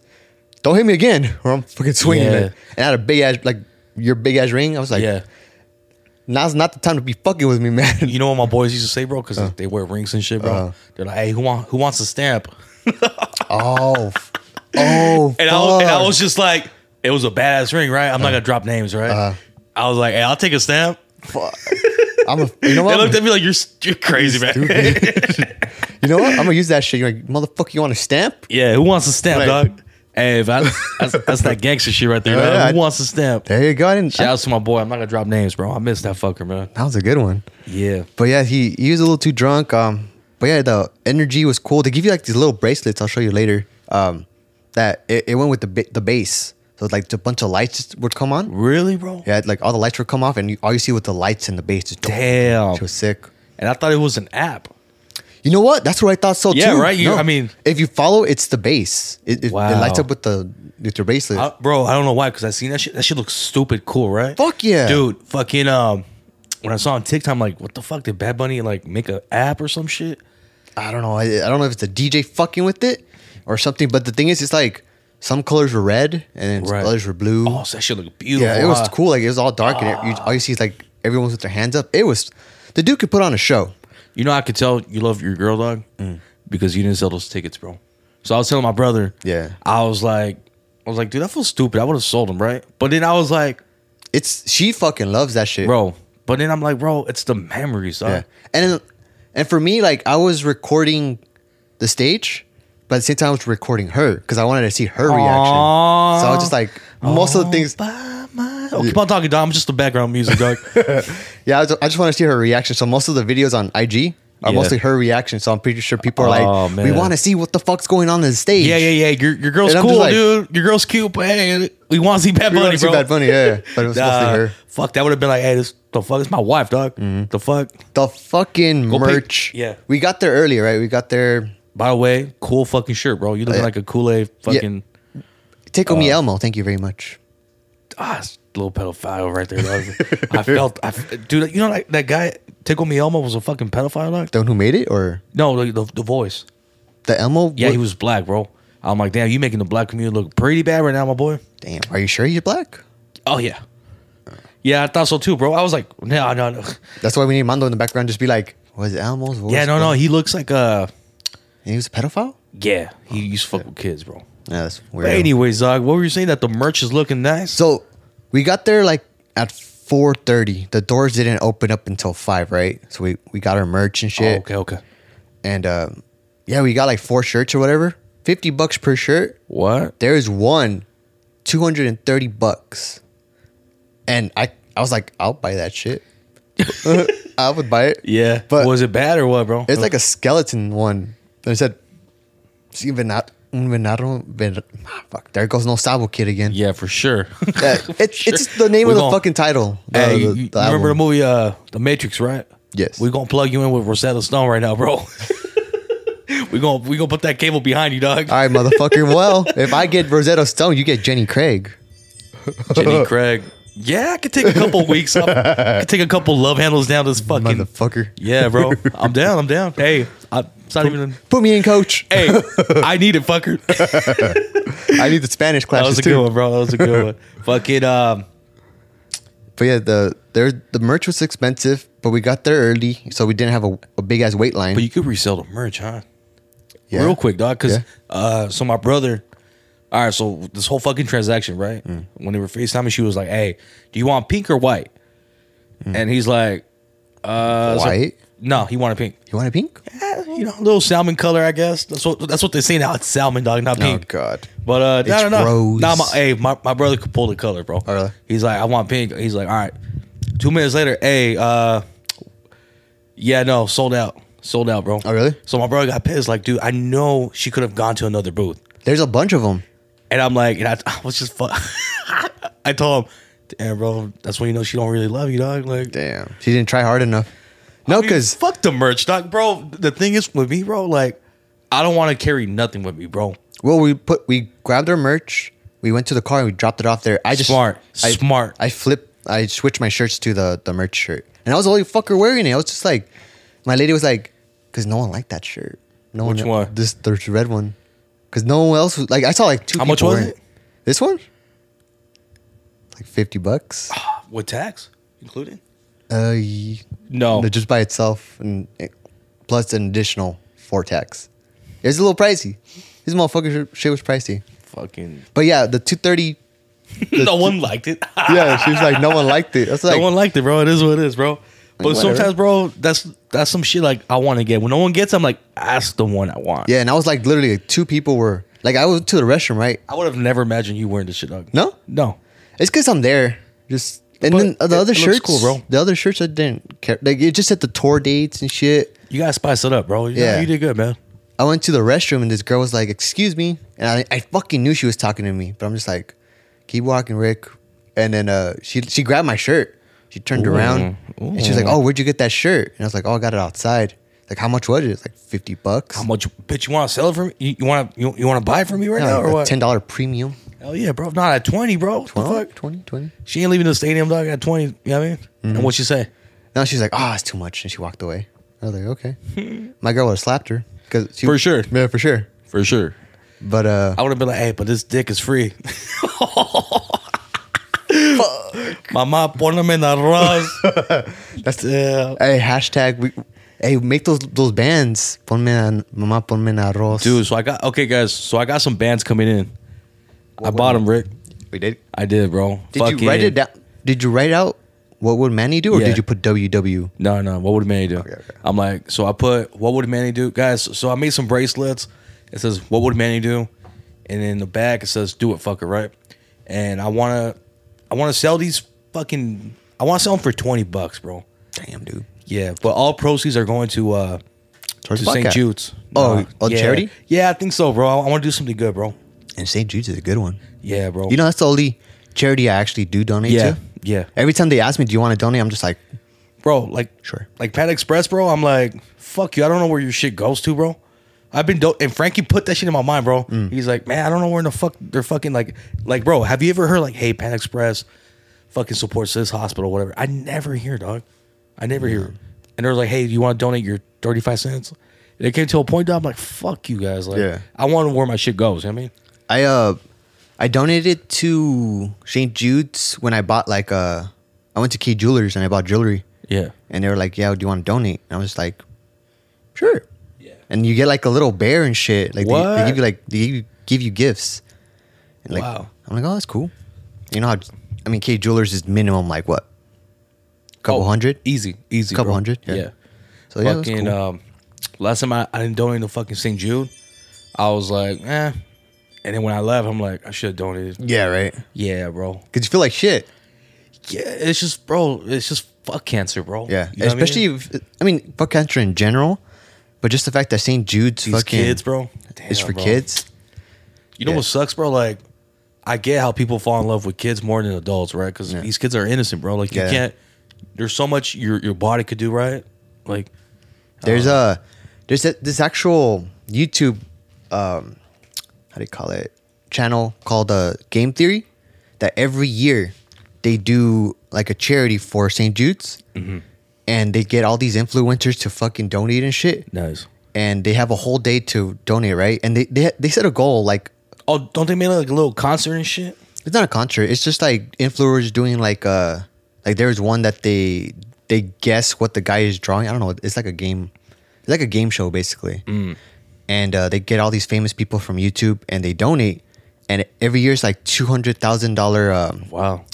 [SPEAKER 2] don't hit me again or I'm fucking swinging.
[SPEAKER 1] Yeah.
[SPEAKER 2] man." And I had a big ass, like, your big ass ring. I was like,
[SPEAKER 1] yeah.
[SPEAKER 2] now's not the time to be fucking with me, man.
[SPEAKER 1] You know what my boys used to say, bro? Because they wear rings and shit, bro.
[SPEAKER 2] Uh.
[SPEAKER 1] They're like, hey, who, want, who wants a stamp?
[SPEAKER 2] oh, f- oh,
[SPEAKER 1] And I, was- and I
[SPEAKER 2] fuck.
[SPEAKER 1] was just like, it was a badass ring, right? I'm not gonna drop names, right?
[SPEAKER 2] Uh-huh.
[SPEAKER 1] I was like, hey, I'll take a stamp.
[SPEAKER 2] I'm a, you know
[SPEAKER 1] They
[SPEAKER 2] what?
[SPEAKER 1] looked at me like you're you're crazy, man.
[SPEAKER 2] you know what? I'm gonna use that shit. You're like, motherfucker, you want a stamp?
[SPEAKER 1] yeah, who wants a stamp,
[SPEAKER 2] Right.
[SPEAKER 1] dog? Hey, if I, that's, that's that gangster shit right there.
[SPEAKER 2] Oh,
[SPEAKER 1] dog.
[SPEAKER 2] yeah,
[SPEAKER 1] Who
[SPEAKER 2] I-
[SPEAKER 1] wants a stamp?
[SPEAKER 2] There you go. I didn't,
[SPEAKER 1] Shout out to my boy. I'm not gonna drop names, bro. I miss that fucker, man.
[SPEAKER 2] that was a good one.
[SPEAKER 1] Yeah.
[SPEAKER 2] But yeah, he he was a little too drunk. Um, but yeah, the energy was cool. They give you like these little bracelets. I'll show you later. Um, that it, it went with the ba- the bass. So like a bunch of lights would come on.
[SPEAKER 1] Really, bro?
[SPEAKER 2] Yeah, like all the lights would come off, and you, all you see with the lights and the bass is
[SPEAKER 1] Damn.
[SPEAKER 2] It was sick.
[SPEAKER 1] And I thought it was an app.
[SPEAKER 2] You know what? That's what I thought so
[SPEAKER 1] Yeah,
[SPEAKER 2] too.
[SPEAKER 1] right? You- I mean-
[SPEAKER 2] if you follow, it's the bass. It, it, it lights
[SPEAKER 1] Wow.
[SPEAKER 2] up with the with your bracelet.
[SPEAKER 1] I- bro, I don't know why, because I seen that shit. That shit looks stupid cool, right?
[SPEAKER 2] Fuck yeah.
[SPEAKER 1] dude. Fucking um, when I saw on TikTok, I'm like, what the fuck did Bad Bunny like make an app or some shit?
[SPEAKER 2] I don't know. I, I don't know if it's a DJ fucking with it or something. But the thing is, it's like some colors were red and then some
[SPEAKER 1] Right.
[SPEAKER 2] colors were blue.
[SPEAKER 1] Oh, so that shit looked beautiful.
[SPEAKER 2] yeah, it was
[SPEAKER 1] huh?
[SPEAKER 2] cool. Like it was all dark and it, you, all you see is like everyone's with their hands up. It was the dude could put on a show.
[SPEAKER 1] You know, I could tell you love your girl, dog,
[SPEAKER 2] Mm.
[SPEAKER 1] because you didn't sell those tickets, bro. So I was telling my brother,
[SPEAKER 2] Yeah.
[SPEAKER 1] I was like, I was like, dude, that feels stupid. I would have sold them, right? But then I was like,
[SPEAKER 2] It's she fucking loves that shit,
[SPEAKER 1] bro. But then I'm like, bro, it's the memories, dog.
[SPEAKER 2] Yeah, and and for me, like I was recording the stage, but at the same time I was recording her because I wanted to see her reaction.
[SPEAKER 1] Aw.
[SPEAKER 2] So I was just like most of the things.
[SPEAKER 1] By my- oh, keep on talking, dog. I'm just the background music, dog.
[SPEAKER 2] Yeah, I, was, I just want to see her reaction. So most of the videos on IG are
[SPEAKER 1] Yeah.
[SPEAKER 2] mostly her reaction. So I'm pretty sure people are like,
[SPEAKER 1] Oh,
[SPEAKER 2] "We
[SPEAKER 1] man.
[SPEAKER 2] want to see what the fuck's going on in the stage."
[SPEAKER 1] yeah, yeah, yeah. Your, your girl's
[SPEAKER 2] And I'm just
[SPEAKER 1] cool,
[SPEAKER 2] like-
[SPEAKER 1] dude. Your girl's cute, but hey, we want to see Bad
[SPEAKER 2] We wanna
[SPEAKER 1] Bunny,
[SPEAKER 2] see
[SPEAKER 1] bro.
[SPEAKER 2] Bad Bunny, yeah, yeah. But it was mostly
[SPEAKER 1] Nah,
[SPEAKER 2] her. Mm-hmm.
[SPEAKER 1] Fuck, that would have been like, hey, this the fuck, it's my wife, dog. The fuck.
[SPEAKER 2] The fucking
[SPEAKER 1] pick-
[SPEAKER 2] merch.
[SPEAKER 1] yeah.
[SPEAKER 2] we got there early, right? We got there.
[SPEAKER 1] By the way, cool fucking shirt, bro. You looking
[SPEAKER 2] yeah.
[SPEAKER 1] like a Kool Aid fucking.
[SPEAKER 2] Take me
[SPEAKER 1] Uh,
[SPEAKER 2] Elmo. Thank you very much.
[SPEAKER 1] ah, it's a little pedophile right there. dog. I felt, I, f- dude, you know like, that guy Tickle Me Elmo was a fucking pedophile, dog.
[SPEAKER 2] The one who made it, or
[SPEAKER 1] No, the, the, the voice.
[SPEAKER 2] the Elmo?
[SPEAKER 1] Yeah, he was black, bro. I'm like, damn, you making the black community look pretty bad right now, my boy.
[SPEAKER 2] Damn. Are you sure he's black?
[SPEAKER 1] Oh yeah, yeah, I thought so too, bro. I was like, no, no, no.
[SPEAKER 2] That's why we need Mando in the background. Just be like, was Elmo's voice?
[SPEAKER 1] Yeah, no, no.
[SPEAKER 2] black?"
[SPEAKER 1] He looks like uh,
[SPEAKER 2] And he was a pedophile.
[SPEAKER 1] yeah, he used to fuck with kids, bro.
[SPEAKER 2] Yeah, that's weird.
[SPEAKER 1] But anyways, dog, what were you saying that the merch is looking nice?
[SPEAKER 2] So we got there like at four thirty. The doors didn't open up until five, right? So we, we got our merch and
[SPEAKER 1] Oh,
[SPEAKER 2] shit.
[SPEAKER 1] okay, okay.
[SPEAKER 2] And um, yeah, we got like four shirts or whatever. Fifty bucks per shirt.
[SPEAKER 1] What?
[SPEAKER 2] There is one, two hundred and thirty bucks. And I I was like, I'll buy that shit. I would buy it.
[SPEAKER 1] Yeah,
[SPEAKER 2] But-
[SPEAKER 1] but was it bad or what, bro?
[SPEAKER 2] It's like a skeleton one. They said, "See, venado, un venado, ven- ah, fuck." There goes no sabo kid again.
[SPEAKER 1] yeah, for sure.
[SPEAKER 2] Yeah, it's
[SPEAKER 1] Sure.
[SPEAKER 2] it's just the name
[SPEAKER 1] We
[SPEAKER 2] of the
[SPEAKER 1] gon-
[SPEAKER 2] fucking title. The-
[SPEAKER 1] Hey,
[SPEAKER 2] the-
[SPEAKER 1] you-
[SPEAKER 2] Uh, the
[SPEAKER 1] you remember the
[SPEAKER 2] album.
[SPEAKER 1] movie uh The Matrix, right?
[SPEAKER 2] Yes.
[SPEAKER 1] We're gonna plug you in with Rosetta Stone right now, bro. we gonna we gonna put that cable behind you, dog.
[SPEAKER 2] All right, motherfucker. well, if I get Rosetta Stone, you get Jenny Craig.
[SPEAKER 1] Jenny Craig. Yeah, I could take a couple weeks. off. I could take a couple love handles down this fucking.
[SPEAKER 2] Motherfucker.
[SPEAKER 1] yeah, bro. I'm down. I'm down. Hey, I, it's not even.
[SPEAKER 2] Put me in, coach.
[SPEAKER 1] Hey, I need it, fucker.
[SPEAKER 2] I need the Spanish
[SPEAKER 1] That
[SPEAKER 2] classes
[SPEAKER 1] was a
[SPEAKER 2] too.
[SPEAKER 1] good one, bro. That was a good one. Fucking um,
[SPEAKER 2] But yeah, the there the merch was expensive, but we got there early, so we didn't have a, a big ass wait line.
[SPEAKER 1] But you could resell the merch, huh?
[SPEAKER 2] Yeah.
[SPEAKER 1] Real quick, dog. Because
[SPEAKER 2] Yeah.
[SPEAKER 1] uh, so my brother. All right, so this whole fucking transaction, right?
[SPEAKER 2] Mm.
[SPEAKER 1] When they were FaceTiming, she was like, "Hey, do you want pink or white?" And he's like, uh, so-
[SPEAKER 2] Mm. White?
[SPEAKER 1] no, he wanted pink.
[SPEAKER 2] You want a pink?
[SPEAKER 1] Eh, you know, a little salmon color, I guess. That's what that's what they say now. It's salmon, dog, not
[SPEAKER 2] Oh
[SPEAKER 1] pink.
[SPEAKER 2] God.
[SPEAKER 1] But uh,
[SPEAKER 2] It's
[SPEAKER 1] no, no, no.
[SPEAKER 2] rose. Oh,
[SPEAKER 1] Nah, my, hey, my, my brother could pull the color, bro.
[SPEAKER 2] really?
[SPEAKER 1] He's like, I want pink. He's like, all right. Two minutes later, hey, uh, yeah, no, sold out, sold out, bro.
[SPEAKER 2] Oh, really?
[SPEAKER 1] So my brother got pissed. Like, dude, I know she could have gone to another booth,
[SPEAKER 2] There's a bunch of them.
[SPEAKER 1] and I'm like, and I, I was just, fu- I told him, damn, bro, that's when you know she don't really love you, dog. Like,
[SPEAKER 2] Damn. She didn't try hard enough. No,
[SPEAKER 1] I mean,
[SPEAKER 2] because
[SPEAKER 1] fuck the merch, dog, bro. The thing is with me, bro, like, I don't want to carry nothing with me, bro.
[SPEAKER 2] Well, we put we grabbed our merch. We went to the car and we dropped it off there. I just
[SPEAKER 1] Smart.
[SPEAKER 2] I,
[SPEAKER 1] Smart.
[SPEAKER 2] I flipped. I switched my shirts to the the merch shirt, and I was the only fucker wearing it. I was just like, my lady was like, because no one liked that shirt. No
[SPEAKER 1] Which
[SPEAKER 2] one.
[SPEAKER 1] one?
[SPEAKER 2] This the red one. Because no one else was- like I saw like two.
[SPEAKER 1] How much
[SPEAKER 2] people
[SPEAKER 1] was
[SPEAKER 2] wearing
[SPEAKER 1] it?
[SPEAKER 2] This one. Like fifty bucks.
[SPEAKER 1] With tax included?
[SPEAKER 2] Uh, y-
[SPEAKER 1] No.
[SPEAKER 2] no, just by itself, and it, plus an additional four tax. It was a little pricey. This motherfucker shit was pricey.
[SPEAKER 1] Fucking.
[SPEAKER 2] But yeah, the two thirty
[SPEAKER 1] no one liked it.
[SPEAKER 2] yeah, she was like, no one liked it. I was like,
[SPEAKER 1] Ah. no one liked it, bro. It is what it is, bro. But
[SPEAKER 2] Whatever.
[SPEAKER 1] sometimes, bro, that's that's some shit like I want to get. When no one gets, I'm like, that's the one I want.
[SPEAKER 2] yeah, and I was like, literally, like, two people were like, I went to the restroom, right?
[SPEAKER 1] I would have never imagined you wearing this shit, dog.
[SPEAKER 2] No,
[SPEAKER 1] No.
[SPEAKER 2] it's because I'm there. Just and
[SPEAKER 1] But
[SPEAKER 2] then the
[SPEAKER 1] it-
[SPEAKER 2] other
[SPEAKER 1] it looks
[SPEAKER 2] shirts,
[SPEAKER 1] cool, bro.
[SPEAKER 2] The other shirts I didn't care. Like it just said the tour dates and shit.
[SPEAKER 1] You gotta spice it up, bro. You know,
[SPEAKER 2] Yeah.
[SPEAKER 1] you did good, man.
[SPEAKER 2] I went to the restroom and this girl was like, "Excuse me," and I, I fucking knew she was talking to me, but I'm just like, "Keep walking, Rick." And then uh, she she grabbed my shirt. She turned around and she was like,
[SPEAKER 1] Ooh.
[SPEAKER 2] "Oh, where'd you get that shirt?" And I was like, "Oh, I got it outside." Like, how much was it? It's like fifty bucks.
[SPEAKER 1] How much, bitch? You want to sell it for me? You, you want to you, you want to buy it for me right
[SPEAKER 2] Yeah,
[SPEAKER 1] now
[SPEAKER 2] like
[SPEAKER 1] or
[SPEAKER 2] a
[SPEAKER 1] what?
[SPEAKER 2] Ten dollar premium.
[SPEAKER 1] Hell yeah, bro. Not at 20, bro. What the
[SPEAKER 2] 12,
[SPEAKER 1] fuck?
[SPEAKER 2] 20, 20.
[SPEAKER 1] She ain't leaving the stadium, dog, at 20. You know what I mean?
[SPEAKER 2] Mm-hmm.
[SPEAKER 1] And what she say?
[SPEAKER 2] No, she's like, oh, it's too much. And she walked away. I was like, okay. My girl would have slapped her. Cause she,
[SPEAKER 1] For sure.
[SPEAKER 2] Yeah, for sure.
[SPEAKER 1] For sure.
[SPEAKER 2] But uh,
[SPEAKER 1] I would have been like, hey, but this dick is free. Mamá, poneme en arroz.
[SPEAKER 2] that's the,
[SPEAKER 1] Yeah.
[SPEAKER 2] hey, hashtag, we, hey, make those those bands. Ponme en, mamá, ponme en arroz.
[SPEAKER 1] Dude, so I got, okay, guys. So I got some bands coming in. I
[SPEAKER 2] What-
[SPEAKER 1] bought them, Rick.
[SPEAKER 2] We did.
[SPEAKER 1] I did, bro.
[SPEAKER 2] Did you write it down? Did you write out what would Manny do, or
[SPEAKER 1] Yeah.
[SPEAKER 2] did you put WW?
[SPEAKER 1] No, no. What would Manny do?
[SPEAKER 2] okay.
[SPEAKER 1] I'm like, so I put, what would Manny do? Guys, so I made some bracelets. It says, what would Manny do? And in the back, it says, do it, fucker, right? And I want to, I want to sell these fucking, I want to sell them for 20 bucks, bro.
[SPEAKER 2] Damn, dude.
[SPEAKER 1] Yeah, but all proceeds are going to, uh, to
[SPEAKER 2] Towards
[SPEAKER 1] St.
[SPEAKER 2] Buckeye.
[SPEAKER 1] Jude's.
[SPEAKER 2] Oh,
[SPEAKER 1] Nah,
[SPEAKER 2] oh,
[SPEAKER 1] yeah.
[SPEAKER 2] charity?
[SPEAKER 1] Yeah, I think so, bro. I, want to do something good, bro.
[SPEAKER 2] And St. Jude's is a good one.
[SPEAKER 1] Yeah, bro.
[SPEAKER 2] You know, that's the only charity I actually do donate
[SPEAKER 1] Yeah,
[SPEAKER 2] to.
[SPEAKER 1] yeah.
[SPEAKER 2] Every time they ask me, "Do you want to donate?" I'm just like,
[SPEAKER 1] bro, like
[SPEAKER 2] Sure.
[SPEAKER 1] like Pat Express, bro. I'm like, fuck you. I don't know where your shit goes to, bro. I've been dope, and Frankie put that shit in my mind, bro.
[SPEAKER 2] Mm.
[SPEAKER 1] He's like, man, I don't know where in the fuck they're fucking like, like, bro. Have you ever heard like, hey, Pan Express, fucking supports this hospital, whatever? I never hear, dog. I never hear. And they're like, hey, do you want to donate your thirty five cents? And it came to a point, dog. I'm like, fuck you guys. Like,
[SPEAKER 2] Yeah.
[SPEAKER 1] I want to where my shit goes. You know what I mean,
[SPEAKER 2] I uh, I donated to St. Jude's when I bought like uh, I went to Key Jewelers and I bought jewelry,
[SPEAKER 1] yeah,
[SPEAKER 2] and they were like, "Yeah, do you want to donate?" And I was like, "Sure."
[SPEAKER 1] Yeah.
[SPEAKER 2] And you get like a little bear and shit. Like they, they
[SPEAKER 1] What?
[SPEAKER 2] give you like they give you, give you gifts. And, like,
[SPEAKER 1] Wow.
[SPEAKER 2] I'm like, oh, that's cool. You know how? I mean, Key Jewelers is minimum like what? Couple
[SPEAKER 1] Oh,
[SPEAKER 2] hundred.
[SPEAKER 1] easy, easy,
[SPEAKER 2] Couple
[SPEAKER 1] bro.
[SPEAKER 2] hundred, yeah.
[SPEAKER 1] yeah.
[SPEAKER 2] So yeah, that's
[SPEAKER 1] fucking
[SPEAKER 2] cool.
[SPEAKER 1] um, last time I, I didn't donate to fucking St. Jude, I was like, eh. And then when I left, I'm like, I should have donated.
[SPEAKER 2] yeah, right.
[SPEAKER 1] Yeah, bro.
[SPEAKER 2] Cause you feel like shit.
[SPEAKER 1] Yeah, it's just, bro, it's just fuck cancer, bro.
[SPEAKER 2] Yeah,
[SPEAKER 1] You know what I mean?
[SPEAKER 2] especially if, I mean, fuck cancer in general, but just the fact that St. Jude's
[SPEAKER 1] these
[SPEAKER 2] fucking
[SPEAKER 1] kids, bro.
[SPEAKER 2] is
[SPEAKER 1] Damn,
[SPEAKER 2] for
[SPEAKER 1] bro.
[SPEAKER 2] kids.
[SPEAKER 1] You know
[SPEAKER 2] Yeah.
[SPEAKER 1] what sucks, bro? Like, I get how people fall in love with kids more than adults, right? Because
[SPEAKER 2] Yeah.
[SPEAKER 1] these kids are innocent, bro. Like, you
[SPEAKER 2] Yeah.
[SPEAKER 1] can't, there's so much your, your body could do, right? Like,
[SPEAKER 2] There's
[SPEAKER 1] Uh-huh.
[SPEAKER 2] a there's a, this actual YouTube um how do you call it channel called uh, Game Theory that every year they do like a charity for St. Jude's
[SPEAKER 1] Mm-hmm.
[SPEAKER 2] and they get all these influencers to fucking donate and shit
[SPEAKER 1] nice.
[SPEAKER 2] and they have a whole day to donate right and they they, they set a goal like
[SPEAKER 1] Oh, don't they make like a little concert and shit?
[SPEAKER 2] It's not a concert. It's just like influencers doing like uh like there's one that they they guess what the guy is drawing. I don't know. It's like a game. It's like a game show basically.
[SPEAKER 1] Mm.
[SPEAKER 2] And uh, they get all these famous people from YouTube and they donate. And every year it's like two hundred thousand dollar. Um,
[SPEAKER 1] Wow.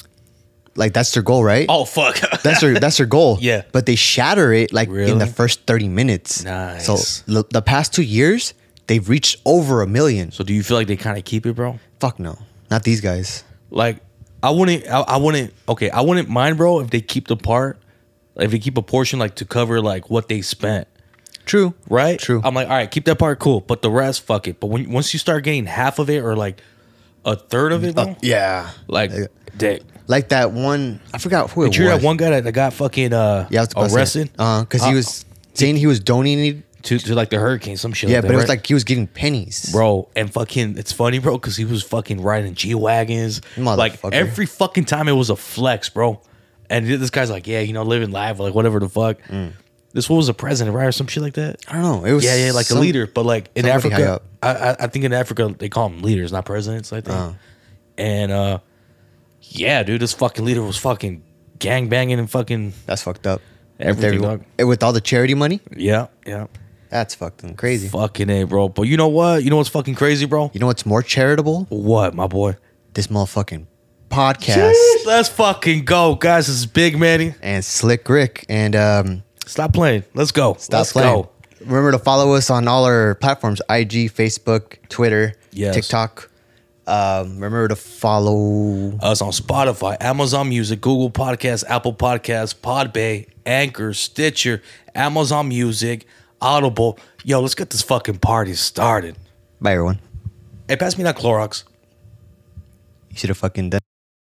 [SPEAKER 2] like that's their goal, right?
[SPEAKER 1] Oh, fuck.
[SPEAKER 2] That's their that's their goal.
[SPEAKER 1] Yeah.
[SPEAKER 2] But they shatter it like in the
[SPEAKER 1] Really?
[SPEAKER 2] first thirty minutes.
[SPEAKER 1] Nice.
[SPEAKER 2] So l- the past two years they've reached over a million.
[SPEAKER 1] So do you feel like they kind of keep it, bro?
[SPEAKER 2] Fuck no, not these guys.
[SPEAKER 1] Like I wouldn't, I, I wouldn't. Okay, I wouldn't mind, bro, if they keep the part, like, if they keep a portion like to cover like what they spent,
[SPEAKER 2] True.
[SPEAKER 1] right?
[SPEAKER 2] True.
[SPEAKER 1] I'm like, all right, keep that part, cool, but the rest, fuck it. But when once you start getting half of it or like a third of it, bro,
[SPEAKER 2] Uh, yeah.
[SPEAKER 1] like, dick.
[SPEAKER 2] like that one. I forgot who it
[SPEAKER 1] Did you hear
[SPEAKER 2] was.
[SPEAKER 1] that one guy that, that got fucking uh,
[SPEAKER 2] Yeah, I was about to say.
[SPEAKER 1] arrested
[SPEAKER 2] Uh, because
[SPEAKER 1] Uh,
[SPEAKER 2] he was saying he was donating.
[SPEAKER 1] to, to like the hurricane, some shit.
[SPEAKER 2] Yeah,
[SPEAKER 1] like that,
[SPEAKER 2] but it was
[SPEAKER 1] right?
[SPEAKER 2] like he was giving pennies.
[SPEAKER 1] Bro, and fucking, it's funny, bro, because he was fucking riding G wagons. Like
[SPEAKER 2] Motherfucker.
[SPEAKER 1] every fucking time, it was a flex, bro. And this guy's like, yeah, you know, living life, like whatever the fuck.
[SPEAKER 2] Mm.
[SPEAKER 1] This one was a president, right, or some shit like that.
[SPEAKER 2] I don't know. It was
[SPEAKER 1] Yeah, yeah, like
[SPEAKER 2] some-
[SPEAKER 1] a leader, but like in
[SPEAKER 2] somebody high
[SPEAKER 1] Africa,
[SPEAKER 2] up.
[SPEAKER 1] I, I, I think in Africa they call them leaders, not presidents. I think.
[SPEAKER 2] Uh.
[SPEAKER 1] And uh, yeah, dude, this fucking leader was fucking gang banging and fucking
[SPEAKER 2] That's fucked up. With
[SPEAKER 1] Everything, dog.
[SPEAKER 2] and with all the charity money.
[SPEAKER 1] yeah, yeah,
[SPEAKER 2] That's fucking crazy.
[SPEAKER 1] fucking a, bro. But you know what? You know what's fucking crazy, bro?
[SPEAKER 2] You know what's more charitable?
[SPEAKER 1] What, my boy?
[SPEAKER 2] This motherfucking podcast
[SPEAKER 1] Sheesh, Let's fucking go, guys. This is Big Manny.
[SPEAKER 2] and Slick Rick and um.
[SPEAKER 1] Stop playing. Let's go.
[SPEAKER 2] Stop
[SPEAKER 1] Let's
[SPEAKER 2] playing.
[SPEAKER 1] go.
[SPEAKER 2] Remember to follow us on all our platforms: IG, Facebook, Twitter,
[SPEAKER 1] Yes.
[SPEAKER 2] TikTok. Um, remember to follow.
[SPEAKER 1] Us on Spotify, Amazon Music, Google Podcasts, Apple Podcasts, Podbay, Anchor, Stitcher, Amazon Music, Audible. Yo, let's get this fucking party started.
[SPEAKER 2] Bye, everyone.
[SPEAKER 1] Hey, pass me that Clorox.
[SPEAKER 2] You should have fucking done.